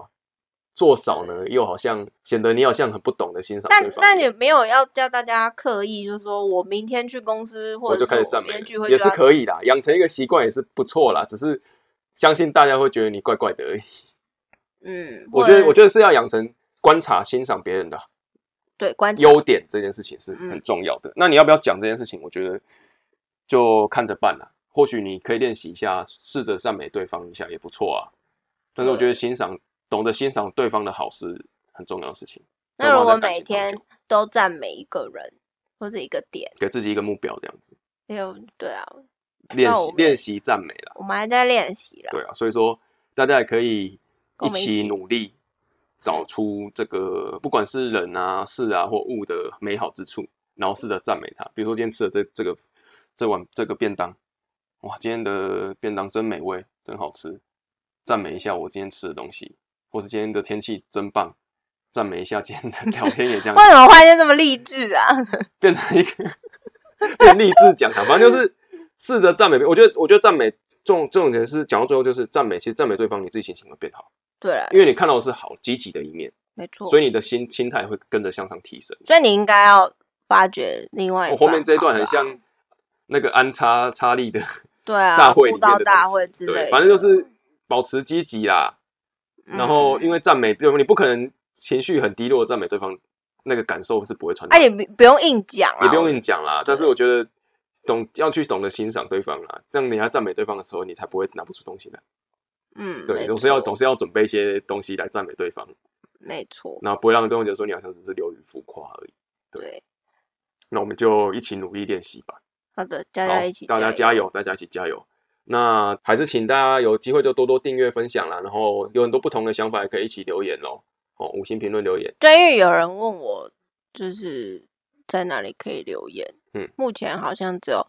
Speaker 2: 做少呢，又好像显得你好像很不懂得欣赏对
Speaker 1: 但
Speaker 2: 方。
Speaker 1: 但也没有要叫大家刻意，就是说我明天去公司或
Speaker 2: 我
Speaker 1: 者
Speaker 2: 就开始
Speaker 1: 是我
Speaker 2: 赞
Speaker 1: 明
Speaker 2: 美
Speaker 1: 天聚
Speaker 2: 了，
Speaker 1: 会
Speaker 2: 也
Speaker 1: 就是要
Speaker 2: 可以啦。养成一个习惯也是不错啦，只是相信大家会觉得你怪怪的而已。
Speaker 1: 嗯，
Speaker 2: 我觉得，我
Speaker 1: 得
Speaker 2: 觉得是要养成观察、欣赏别人的
Speaker 1: 对观察
Speaker 2: 优点这件事情是
Speaker 1: 嗯
Speaker 2: 很重要的。那你要不要讲这件事情？我觉得就看着办啦。或许你可以练习一下，试着赞美对方一下也不错啊。但是我觉得欣赏，懂得欣赏对方的好是很重要的事情。
Speaker 1: 那如
Speaker 2: 这
Speaker 1: 果
Speaker 2: 样的话在感
Speaker 1: 每
Speaker 2: 情长
Speaker 1: 天
Speaker 2: 久
Speaker 1: 都赞美一个人或者一个点，
Speaker 2: 给自己一个目标，这样子
Speaker 1: 没有对啊，
Speaker 2: 练
Speaker 1: 那我
Speaker 2: 习
Speaker 1: 们
Speaker 2: 练习赞美啦。
Speaker 1: 我们还在练习啦。
Speaker 2: 对啊，所以说大家也可以
Speaker 1: 跟我们一
Speaker 2: 起
Speaker 1: 起
Speaker 2: 努力，找出这个不管是人啊、事啊或物的美好之处，然后试着赞美它。比如说今天吃的这这个这碗这个便当，哇，今天的便当真美味，真好吃，赞美一下我今天吃的东西，或是今天的天气真棒，赞美一下今天的 聊天也这样
Speaker 1: 为，什么发现这么励志啊？
Speaker 2: 变成一个 变励志讲堂，反正就是试着赞美。我觉得，我觉得赞美重重点是讲到最后就是赞美，其实赞美对方，你自己心情会变好，
Speaker 1: 对哦了，
Speaker 2: 因为你看到的是好积极的一面，
Speaker 1: 没错。
Speaker 2: 所
Speaker 1: 以，
Speaker 2: 以你的心心态会跟着向上提升。
Speaker 1: 你应该要发掘另外一
Speaker 2: 我
Speaker 1: 半
Speaker 2: 后面这一段很
Speaker 1: 哎好的啊
Speaker 2: 像那个安插插力的
Speaker 1: 对啊，
Speaker 2: 大会里
Speaker 1: 布
Speaker 2: 面
Speaker 1: 道
Speaker 2: 的东西
Speaker 1: 大会之类
Speaker 2: 对，
Speaker 1: 的，
Speaker 2: 反正就是保持积极啦。
Speaker 1: 嗯
Speaker 2: 然后因为赞美，对你不可能情绪很低落地赞美对方，那个感受是不会传达
Speaker 1: 哎，也不不用硬讲啊，
Speaker 2: 也不用跟你讲啦。但是我觉得懂要去懂得欣赏对方啦，这样你要赞美对方的时候，你才不会拿不出东西来。
Speaker 1: 嗯，
Speaker 2: 对，
Speaker 1: 没
Speaker 2: 总是要
Speaker 1: 错
Speaker 2: 总是要准备一些东西来赞美对方，
Speaker 1: 没错，
Speaker 2: 然后不会让对方觉得说你好像只是流于浮夸而已。
Speaker 1: 对，
Speaker 2: 那我们就一起努力练习吧。
Speaker 1: 好的，大
Speaker 2: 好，
Speaker 1: 家一起，
Speaker 2: 大家加，油，大家一起加油。那还是请大家有机会就多多订阅、分享啦，然后有很多不同的想法也可以一起留言咯。哦，五星评论留言。
Speaker 1: 对，因为有人问我，就是在哪里可以留言，
Speaker 2: 嗯，
Speaker 1: 目前好像只有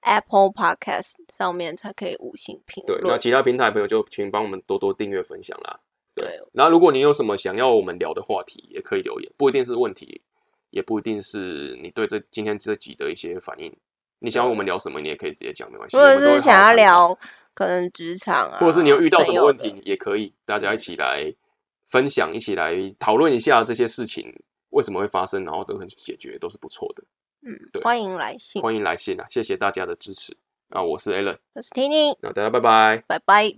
Speaker 1: Apple Podcast 上面才可以五星评
Speaker 2: 对，那
Speaker 1: 论，
Speaker 2: 其他平台的朋友就请帮我们多多订阅、分享啦。
Speaker 1: 对，
Speaker 2: 然后，如果你有什么想要我们聊的话题，也可以留言，不一定是问题，也不一定是你对这今天这集的一些反应。你想要我们聊什么，你也可以直接讲，没关系。
Speaker 1: 如果
Speaker 2: 我们都会
Speaker 1: 是想
Speaker 2: 好
Speaker 1: 要
Speaker 2: 好探讨，
Speaker 1: 聊可能职场啊，
Speaker 2: 或者是你有遇到什
Speaker 1: 朋
Speaker 2: 么
Speaker 1: 友
Speaker 2: 问
Speaker 1: 的
Speaker 2: 题，也可以大家一起来分享，一起来讨论一下这些事情为什么会发生，然后怎么去解决，都是不错的。
Speaker 1: 嗯，
Speaker 2: 对
Speaker 1: 欢迎来信，
Speaker 2: 欢迎来信啊！谢谢大家的支持。啊，我是 Alan，
Speaker 1: 我是婷婷，
Speaker 2: 那大家拜拜。
Speaker 1: 拜拜。